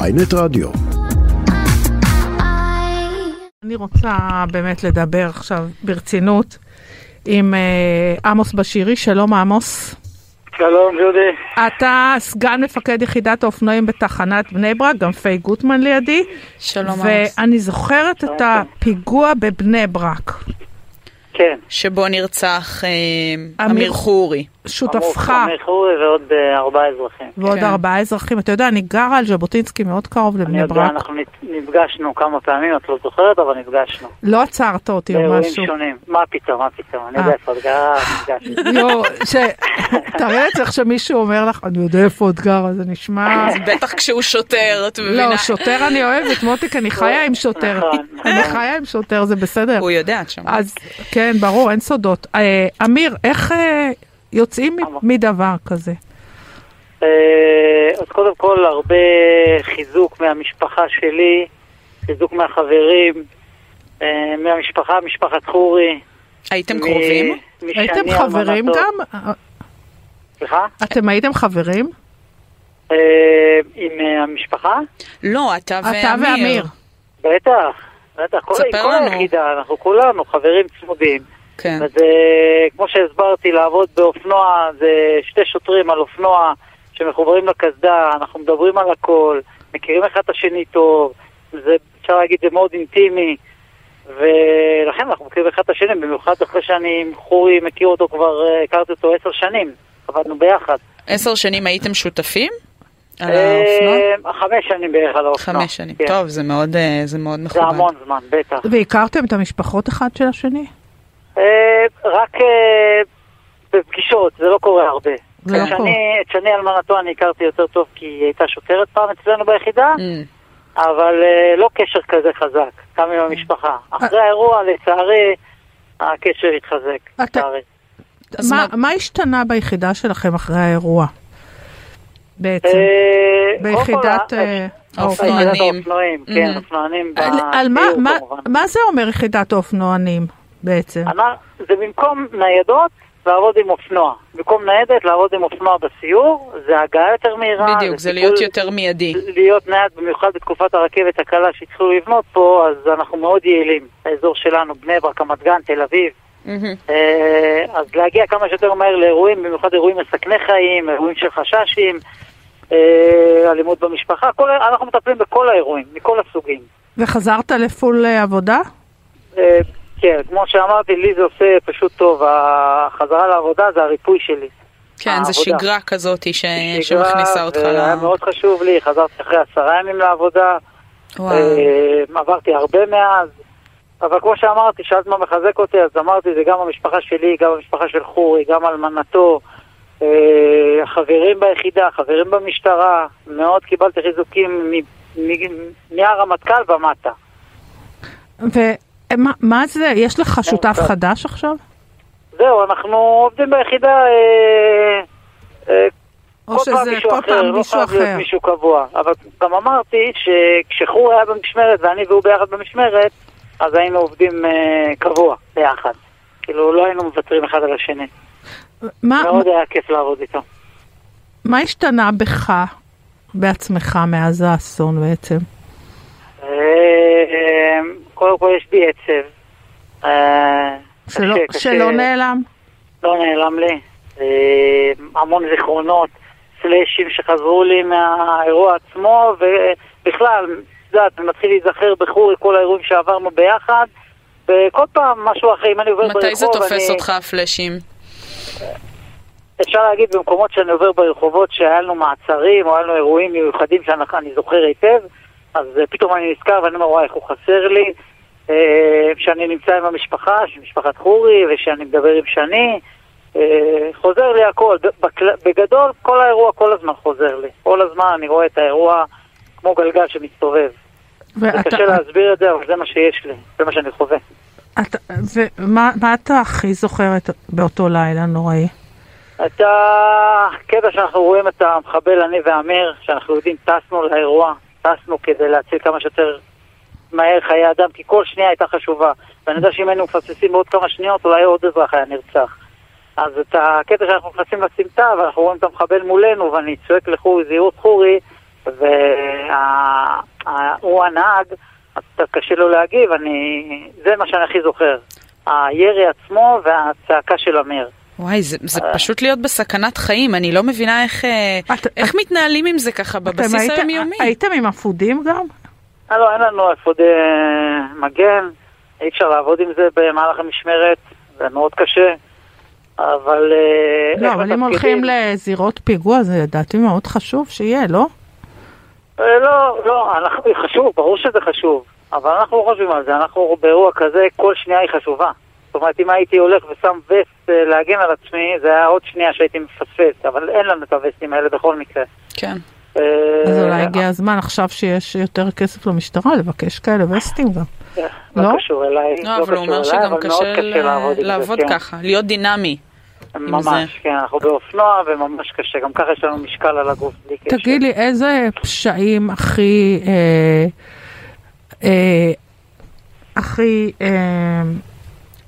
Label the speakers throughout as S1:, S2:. S1: ויינט רדיו.
S2: אני רוצה באמת לדבר עכשיו ברצינות עם אה, עמוס בשירי, שלום עמוס.
S3: שלום דודי,
S2: אתה סגן מפקד יחידת האופנועים בתחנת בני ברק, גם פיי גוטמן לידי,
S4: שלום עמוס.
S2: ואני זוכרת את הפיגוע בבני ברק.
S3: כן.
S4: שבו נרצח אה,
S2: אמיר-
S4: אמיר חורי.
S2: שותפך
S3: אמרו חמי חורי ועוד אה, ארבעה אזרחים.
S2: ועוד
S4: כן.
S2: ארבעה אזרחים, אתה יודע, אני גרה על ז'בוטינסקי מאוד קרוב
S3: אני
S2: לבני
S3: יודע,
S2: ברק.
S3: אנחנו נת- נפגשנו כמה פעמים, את לא זוכרת, אבל נפגשנו.
S2: לא עצרת אותי או
S3: באירועים
S2: משהו.
S3: שונים. מה פתאום, מה פתאום, אני
S2: אה.
S3: יודע איפה את גרה, נפגשנו.
S2: לא, ש... תראה את זה איך שמישהו אומר לך, אני יודע איפה עוד גרה, זה נשמע...
S4: אז בטח כשהוא שוטר, את מבינה?
S2: לא, שוטר אני אוהבת, מותיק, אני חיה עם שוטר.
S3: נכון, נכון.
S2: אני חיה עם שוטר, זה בסדר.
S4: הוא יודע את שם.
S2: אז כן, ברור, אין סודות. אה, אמיר, איך אה, יוצאים מ-
S3: אמר.
S2: מדבר כזה?
S3: אה, אז קודם כל, הרבה חיזוק מהמשפחה שלי, חיזוק מהחברים, אה, מהמשפחה, משפחת חורי.
S4: הייתם
S3: מ-
S4: קרובים?
S3: משני
S2: הייתם
S3: אלמנתו.
S2: חברים גם? אה,
S3: סליחה?
S2: אתם הייתם חברים?
S3: אה, עם אה, המשפחה?
S4: לא, אתה ואמיר.
S2: אתה ואמיר.
S3: בטח, בטח, כל,
S4: תספר
S3: כל
S4: לנו.
S3: היחידה, אנחנו כולנו חברים צמודים.
S4: כן.
S3: אז אה, כמו שהסברתי, לעבוד באופנוע זה שתי שוטרים על אופנוע שמחוברים לקסדה, אנחנו מדברים על הכל, מכירים אחד את השני טוב, זה, אפשר להגיד, זה מאוד אינטימי, ולכן אנחנו מכירים אחד את השני, במיוחד אחרי שאני עם חורי מכיר אותו כבר, אה, הכרתי אותו עשר שנים, עבדנו ביחד.
S4: עשר שנים הייתם שותפים? על האופנוע?
S3: אה, חמש שנים בערך על האופנוע.
S4: חמש שנים.
S3: כן.
S4: טוב, זה מאוד אה, זה מאוד
S3: זה
S4: מכובד.
S3: המון זמן, בטח.
S2: והכרתם את המשפחות אחד של השני?
S3: אה, רק אה, בפגישות, זה לא קורה הרבה.
S2: זה לא
S3: את שני-
S2: קורה.
S3: את שני אלמנתו אני הכרתי יותר טוב כי היא הייתה שוטרת פעם אצלנו
S2: אה.
S3: ביחידה,
S4: אמ,
S3: אבל אה, לא קשר כזה חזק, גם עם המשפחה.
S2: אה.
S3: אחרי האירוע, לצערי, הקשר התחזק,
S2: אה, אתה-
S3: לצערי.
S4: אז
S2: מה-
S4: מה-
S2: מה השתנה ביחידה שלכם אחרי האירוע? בעצם,
S3: אה,
S2: ביחידת...
S3: קודם כל,
S2: אה,
S4: האופנוע.
S3: יחידת
S4: האופנוענים.
S3: האופנועים, כן,
S4: Mhm.
S3: אופנוענים
S2: על- על מה-
S3: בסיור,
S2: מה-
S3: אה, כמובן.
S2: מה זה אומר יחידת האופנוענים בעצם?
S3: אמר, זה במקום ניידות לעבוד עם אופנוע. במקום ניידת לעבוד עם אופנוע בסיור, זה הגעה יותר מהירה.
S4: בדיוק, זה להיות
S3: טיפול-
S4: יותר מיידי.
S3: להיות נייד, במיוחד בתקופת הרכבת הקלה שהתחילו לבנות פה, אז אנחנו מאוד יעילים. האזור שלנו, בני ברק, רמת גן, תל אביב.
S4: אמ,
S3: אה, אז להגיע כמה שיותר מהר לאירועים, במיוחד אירועים מסכני חיים, אירועים של חששים, אה, אלימות במשפחה, כל, ה- אנחנו מטפלים בכל האירועים, מכל הסוגים.
S2: וחזרת לפול אה, עבודה?
S3: אה, כן, כמו שאמרתי, לי זה עושה פשוט טוב. החזרה לעבודה זה הריפוי שלי.
S4: כן, זו
S3: העבודה.
S4: שגרה כזאת ש-
S3: שגרה,
S4: אה, שמכניסה אותך
S3: זה היה
S4: ל...
S3: מאוד חשוב לי, חזרתי אחרי עשרה ימים לעבודה.
S4: וואו.
S3: אה, עברתי הרבה מאז, אבל כמו שאמרתי, שאלת מה מחזק אותי, אז אמרתי, זה גם המשפחה שלי, גם המשפחה של חורי, גם אלמנתו, אה, חברים ביחידה, חברים במשטרה, מאוד קיבלתי חיזוקים מ- מ- מהרמטכ"ל ומטה.
S2: ומה מה זה, יש לך שותף
S3: טוב.
S2: חדש עכשיו?
S3: זהו, אנחנו עובדים ביחידה אה, אה,
S2: או
S3: כל פעם
S2: שזה
S3: מישהו
S2: כל
S3: אחר,
S2: פעם
S3: לא
S2: מישהו
S3: חייב להיות
S2: אחר?
S3: מישהו קבוע. אבל גם אמרתי שכשחורי היה במשמרת ואני והוא ביחד במשמרת, אז היינו עובדים אה, קבוע ביחד. כאילו, לא היינו מוותרים אחד על השני.
S2: אה, מה-
S3: מאוד היה כיף לעבוד איתו.
S2: מה השתנה בך, בעצמך, מאז האסון בעצם?
S3: אה, אה, קודם כל יש בי עצב. אה,
S2: שלא-
S3: קשה, קשה.
S2: שלא נעלם?
S3: לא נעלם לי. אה, המון זיכרונות, סלאשים שחזרו לי מהאירוע עצמו, ובכלל, את יודעת, אני מתחיל להיזכר בחורי כל האירועים שעברנו ביחד, וכל פעם משהו אחר, אם אני עובר ברחוב,
S4: מתי זה תופס
S3: אני...
S4: אותך, הפלאשים?
S3: אפשר להגיד במקומות שאני עובר ברחובות שהיה לנו מעצרים, או היה לנו אירועים מיוחדים שאני זוכר היטב, אז אה, פתאום אני נזכר ואני אומר, וואי, איך הוא חסר לי. אה, שאני נמצא עם המשפחה, של משפחת חורי, ושאני מדבר עם שני. אה, חוזר לי הכל. ב- בכל- בגדול, כל האירוע כל הזמן חוזר לי. כל הזמן אני רואה את האירוע כמו גלגל שמסתובב. זה
S2: ואתה-
S3: קשה להסביר את זה, אבל זה מה שיש לי. זה מה שאני חווה.
S2: אתה- ומה מה אתה הכי זוכרת באותו לילה נוראי?
S3: את הקטע שאנחנו רואים את המחבל, אני ואמיר, שאנחנו יודעים, טסנו לאירוע, טסנו כדי להציל כמה שיותר מהר חיי אדם, כי כל שנייה הייתה חשובה. ואני יודע שאם היינו מפספסים בעוד כמה שניות, אולי עוד אזרח היה נרצח. אז את הקטע שאנחנו נכנסים לסמטה, ואנחנו רואים את המחבל מולנו, ואני צועק לחורי, זהירות חורי, ה- ה- הוא הנהג, אז קצת קשה לו להגיב, אני... זה מה שאני הכי זוכר. הירי עצמו והצעקה של אמיר.
S4: וואי, זה, זה
S3: אה.
S4: פשוט להיות בסכנת חיים, אני לא מבינה איך, אה,
S2: את-
S4: איך מתנהלים עם זה ככה
S2: אתם
S4: בבסיס
S2: היית-
S4: היומיומי.
S2: הייתם עם אפודים גם?
S3: אה, לא, אין לנו אפודי מגן, אי אפשר לעבוד עם זה במהלך המשמרת, זה מאוד קשה, אבל... אה,
S2: לא,
S3: איך
S2: אבל אם
S3: מתפקדים?
S2: הולכים לזירות פיגוע, זה לדעתי מאוד חשוב שיהיה, לא?
S3: אה, לא, לא, אנחנו, חשוב, ברור שזה חשוב, אבל אנחנו לא חושבים על זה, אנחנו באירוע כזה, כל שנייה היא חשובה. זאת אומרת, אם הייתי הולך ושם וסט אה, להגן על עצמי, זה היה עוד שנייה שהייתי מפספס, אבל אין לנו את הווסטים האלה בכל מקרה.
S4: כן.
S3: אה,
S2: אז אולי הגיע הזמן עכשיו שיש יותר כסף למשטרה לבקש כאלה וסטים גם.
S3: אה,
S2: לא?
S3: לא קשור אליי,
S4: לא, אבל הוא אומר
S3: קשור אליי,
S4: שגם
S3: אבל מאוד
S4: קשה ל-
S3: לעבוד עם זה,
S4: לעבוד
S3: כן.
S4: ככה, להיות דינמי.
S3: ממש,
S4: זה.
S3: כן, אנחנו באופנוע וממש קשה, גם ככה יש לנו משקל על הגוף בלי קשר.
S2: תגיד לי, איזה פשעים הכי... אה, אה, הכי אה,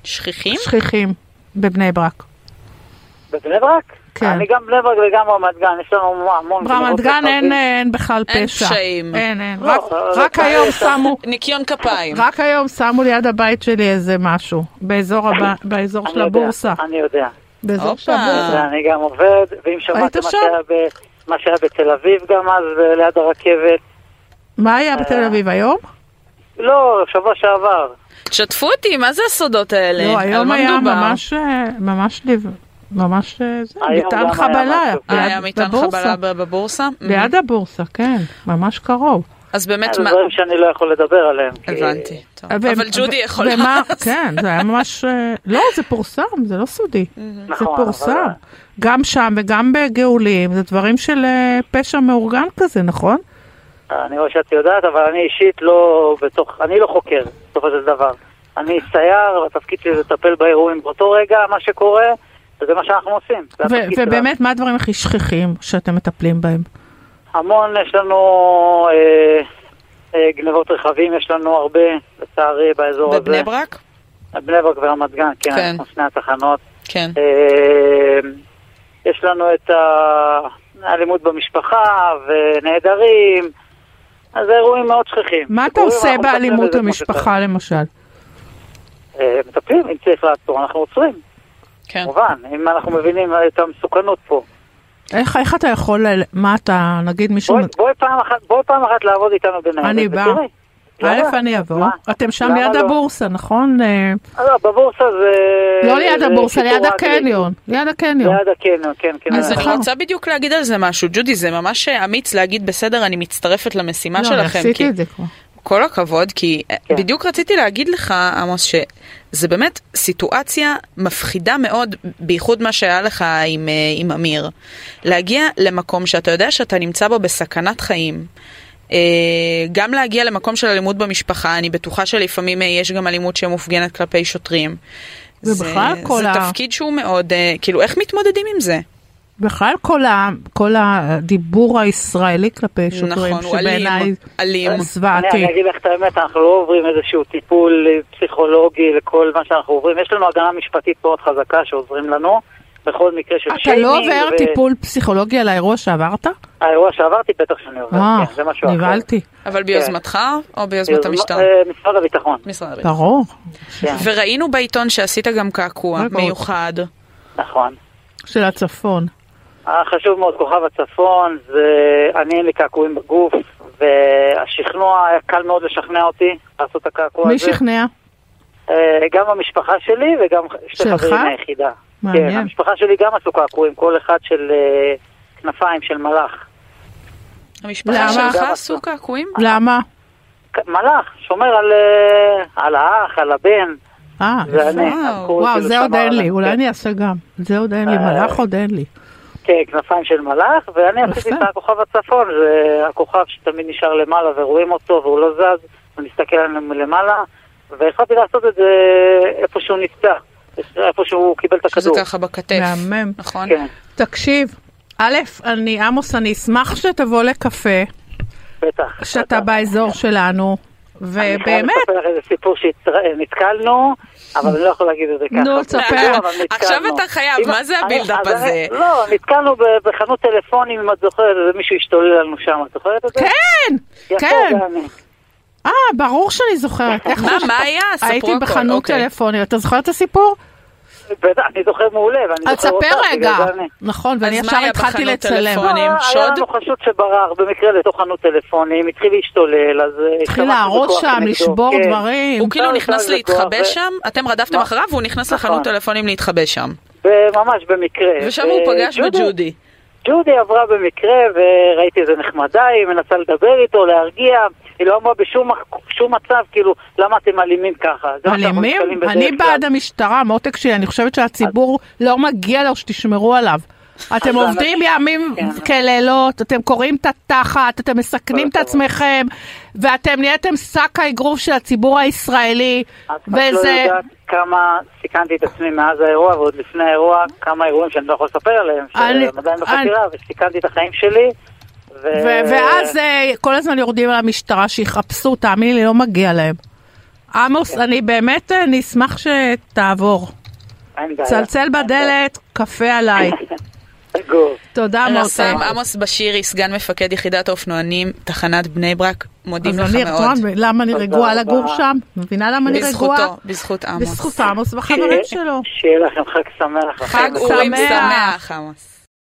S4: שכיחים?
S2: שכיחים בבני ברק?
S3: בבני ברק?
S2: כן.
S3: אני גם בני ברק וגם רמת גן, יש לנו המון...
S2: ברמת
S3: גנבות
S2: גן אין, אה,
S3: רכבים.
S2: אין בכלל פשע.
S4: לא אין פשעים. אה,
S2: אין, אין.
S3: לא,
S2: רק,
S3: אבל-
S2: רק היום שמו...
S4: ניקיון כפיים.
S2: רק היום שמו ליד הבית שלי איזה משהו, באזור, הבא, באזור
S3: אני
S2: של
S3: יודע,
S2: הבורסה.
S3: אני יודע.
S2: באזור של
S4: לא הופה.
S2: הבורסה.
S4: אה.
S3: אני גם עובד, ואם שמעת מה
S2: שם?
S3: שהיה ב- מה שהיה בתל אביב גם אז, אה, ליד הרכבת.
S2: מה
S4: אה,
S2: היה בתל אביב היום?
S3: לא, שבוע שעבר.
S4: שתפו אותי, מה זה הסודות האלה?
S2: לא,
S4: על
S2: היום
S4: מה
S2: היה
S4: מדובר?
S2: ממש, אה, ממש, לב- ממש, אה, זה,
S3: היום גם
S2: מטען
S3: היה
S2: חבלה.
S3: משהו.
S2: ליד-
S4: אה, היה מטען
S2: בבורסה.
S4: חבלה ב- בבורסה?
S2: ליד הבורסה, כן, ממש קרוב.
S4: אז באמת,
S3: זה
S4: מה...
S3: דברים שאני לא יכול לדבר עליהם. כי-
S4: הבנתי. טוב.
S2: ו-
S4: אבל
S2: אה, ו-
S4: ג'ודי יכולה...
S2: ומה- כן, זה היה ממש, אה, לא, זה פורסם, זה לא סודי.
S4: Mhm.
S2: זה
S3: נכון, אבל-
S2: פורסם. גם שם וגם בגאולים, זה דברים של אה, פשע מאורגן כזה, נכון?
S3: אני רואה שאת יודעת, אבל אני אישית לא בתוך, אני לא חוקר, בסופו של דבר. אני סייר, התפקיד שלי זה לטפל באירועים באותו רגע, מה שקורה, וזה מה שאנחנו עושים. זה
S2: ו-
S3: התפקיד
S2: ובאמת, מה הדברים הכי שכיחים שאתם מטפלים בהם?
S3: שלנו. המון, יש לנו אה, אה, גנבות רכבים, יש לנו הרבה, לצערי,
S2: לא,
S3: באזור הזה.
S4: בבני ברק?
S3: בני ברק ורמת גן, כן,
S4: כן.
S3: אנחנו שני התחנות.
S4: כן.
S3: אה, יש לנו את האלימות במשפחה, ונעדרים, אז זה אירועים מאוד שכיחים.
S2: מה אתה
S3: אירועים,
S2: עושה
S3: אנחנו מטפלים
S2: באלימות
S3: בזה כמו שצריך.
S2: במשפחה, למשל?
S3: אה, מטפלים, אם צריך לעצור, אנחנו עוצרים,
S4: כן.
S2: אה,
S3: כמובן, אם אנחנו מבינים את המסוכנות פה.
S2: איך, איך אתה יכול, ל- מה אתה, נגיד מישהו,
S3: בואי- בואי פעם אחת- בואי פעם אחת לעבוד איתנו בניידת.
S2: אני באה.
S3: ותראי.
S2: א'
S3: למה?
S2: אני אבוא,
S3: מה?
S2: אתם שם
S3: למה
S2: ליד
S3: לא?
S2: הבורסה, נכון? אה,
S3: לא, בבורסה זה...
S2: לא ליד
S3: זה
S2: הבורסה,
S3: שיטור
S2: ליד
S3: רגלי.
S2: הקניון, ליד הקניון.
S3: אה, ליד הקניון, כן, כן.
S4: אז אני
S2: נכון.
S4: רוצה בדיוק להגיד על זה משהו, ג'ודי, זה ממש אה, אמיץ להגיד בסדר, אני מצטרפת למשימה
S2: לא, אני
S4: שלכם. כי-
S2: עשיתי את זה כבר.
S4: כל הכבוד, כי כן.
S3: כן.
S4: בדיוק רציתי להגיד לך, עמוס, שזה באמת סיטואציה מפחידה מאוד, בייחוד מה שהיה לך עם, אה, עם אמיר. להגיע למקום שאתה יודע שאתה נמצא בו בסכנת חיים. אה, גם להגיע למקום של אלימות במשפחה, אני בטוחה שלפעמים אה, יש גם אלימות שמופגנת כלפי שוטרים.
S2: ובכלל
S4: זה,
S2: כל
S4: זה
S2: ה-
S4: תפקיד שהוא מאוד, אה, כאילו, איך מתמודדים עם זה?
S2: בכלל כל, ה, כל הדיבור הישראלי כלפי שוטרים,
S4: נכון, הוא
S2: שבעיניי
S4: אלים, אלים.
S2: הוא
S3: אני,
S2: זוועתי.
S3: אני אגיד לך את האמת, אנחנו לא עוברים איזשהו טיפול אה, פסיכולוגי לכל מה שאנחנו עוברים. יש לנו הגנה משפטית מאוד חזקה שעוזרים לנו, בכל מקרה של
S2: אתה לא עובר
S3: ו-
S2: טיפול פסיכולוגי על האירוע שעברת?
S3: האירוע שעברתי בטח שאני עובר,
S2: אה,
S3: כן, זה משהו אחר.
S2: נבהלתי,
S4: אבל ביוזמתך או ביוזמת המשטרה?
S3: אה, משרד הביטחון.
S4: משרד הביטחון.
S2: ברור.
S3: כן,
S4: וראינו בעיתון שעשית גם קעקוע
S2: נכון.
S4: מיוחד.
S3: נכון.
S2: של הצפון.
S3: אה, חשוב מאוד, כוכב הצפון, זה... אני אין לי קעקועים בגוף, והשכנוע, היה קל מאוד לשכנע אותי לעשות את הקעקוע
S2: מי
S3: הזה.
S2: שכנע?
S3: כן, אה, גם המשפחה שלי וגם שתי
S2: שלך?
S3: חברים מהיחידה.
S2: מעניין.
S3: כן, המשפחה שלי גם עשו קעקועים, כל אחד של אה, כנפיים, של מלאך.
S4: המשפחה
S2: למה?
S4: שלך
S3: גם
S4: עשו
S3: עשו.
S4: קעקועים?
S2: למה?
S3: ק- מלאך, שומר על, אה, על האח, על הבן,
S2: אה,
S3: זה אני.
S4: וואו.
S3: הלכו,
S2: וואו,
S3: כאילו,
S2: זה עוד
S3: שמר
S2: אין
S3: עליי.
S2: לי, אולי אני אעשה גם. זה עוד אין לי,
S3: אה.
S2: מלאך עוד אין לי.
S3: כן, כנפיים של מלאך, ואני
S2: יפה.
S3: עשיתי את הכוכב הצפון, זה הכוכב שתמיד נשאר למעלה ורואים אותו והוא לא זז, הוא מסתכל עלינו מלמעלה, והחלטתי לעשות את זה איפה שהוא נפצע, איפה שהוא קיבל את
S4: שזה
S3: הכדור.
S4: ככה בכתף.
S2: מהמם.
S4: נכון?
S3: כן,
S2: תקשיב, א', אני,
S3: אה,
S2: עמוס, אני אשמח שתבוא לקפה,
S3: בטח.
S2: שאתה באזור שלנו,
S3: אה, אני חייב
S2: ובאמת,
S3: לספר לך איזה סיפור שנתקלנו, אבל אני לא יכול להגיד את זה ככה.
S2: נו, תספר.
S3: אבל נתקלנו.
S4: עכשיו אתה חייב,
S3: אם-
S4: מה זה
S3: אני-
S4: הבילדאפ
S3: אז
S4: הזה?
S3: אני- לא, נתקלנו ב- בחנות טלפונים, אם את זוכרת, איזה מישהו השתולל לנו שם, את זוכרת את זה?
S2: כן,
S3: יפה,
S2: כן.
S3: זה אני.
S2: אה, ברור שאני זוכרת. איך
S4: מה,
S2: זה ש-
S4: מה היה? ספרו
S2: הייתי
S4: הכל,
S2: בחנות
S4: אוקיי.
S2: טלפונית. אתה זוכר את הסיפור?
S3: בטח, אני זוכר מעולה, ואני
S2: אז
S3: זוכר אותך,
S2: תספר רגע.
S3: בגלל זה אני.
S2: נכון, ואני
S4: נכון, אז
S2: ישר
S4: מה היה
S2: התחלתי
S4: בחנות
S2: לצלם.
S4: טלפונית? טלפונים,
S3: לא, היה
S4: שוד?
S3: לנו חשוד שברח במקרה לתוך חנות טלפונים, התחיל להשתולל, אז... אה,
S2: התחיל
S3: השתמשנו
S2: להרוס
S3: בכוח
S2: שם,
S3: נגדו,
S2: לשבור
S3: כן.
S2: דברים.
S4: הוא כאילו
S3: לא,
S4: נכנס
S3: לא, זה כבר-
S4: להתחבא
S3: זה-
S4: שם, אתם רדפתם
S3: מה?
S4: אחריו והוא נכנס
S3: נכון.
S4: לחנות טלפונים להתחבא שם.
S3: וממש במקרה.
S4: ושם הוא
S3: אה,
S4: פגש בג'ודי.
S3: ג'ודי עברה במקרה וראיתי איזה נחמדה, היא מנסה לדבר איתו, להרגיע, היא לא אמרה בשום שום מצב, כאילו, למה אתם אלימים ככה? זה
S4: לא
S3: מה שאנחנו
S2: אלימים?
S3: נתקלים בדרך
S2: אני
S3: כלל.
S2: בעד המשטרה, מותק שלי, אני חושבת שהציבור לא מגיע לו שתשמרו עליו. אתם
S3: אז
S2: עובדים
S3: אנשים-
S2: ימים
S3: כן.
S2: כלילות, אתם קורעים את התחת, אתם מסכנים את
S4: אוקיי.
S3: כל הכבוד.
S2: עצמכם, ואתם נהייתם שק האגרוף של הציבור הישראלי,
S3: את וזה... לא
S2: וזה...
S3: יודעת כמה סיכנתי את עצמי מאז האירוע ועוד לפני האירוע, כמה אירועים שאני לא יכול לספר עליהם,
S2: אני-
S3: שהם עדיין
S2: אני-
S3: בחקירה, וסיכנתי את החיים שלי. ו...
S2: ו- ואז אה, כל הזמן יורדים על המשטרה שיחפשו, תאמיני לי, לא מגיע להם.
S3: כן.
S2: עמוס, אני באמת, אה, אני אשמח
S3: אה,
S2: שתעבור.
S3: אין בעיה.
S2: צלצל בדלת, קפה עליי.
S3: סגור.
S2: תודה, אה, מותק.
S4: רס"מ עמוס בשירי, סגן מפקד יחידת האופנוענים, תחנת בני ברק, מודים
S2: אז
S4: לך
S2: אני, את
S4: מאוד.
S2: רואה למה אני
S3: תודה
S2: רגועה
S3: רבה.
S2: לגור שם? מבינה למה אני רגועה?
S4: בזכותו, בזכות עמוס.
S2: בזכות עמוס והחברים
S3: שיהיה-
S2: שלו.
S3: שיהיה לכם חג שמח.
S4: חג
S2: חג
S4: אורים
S2: שמח.
S4: שמח, עמוס.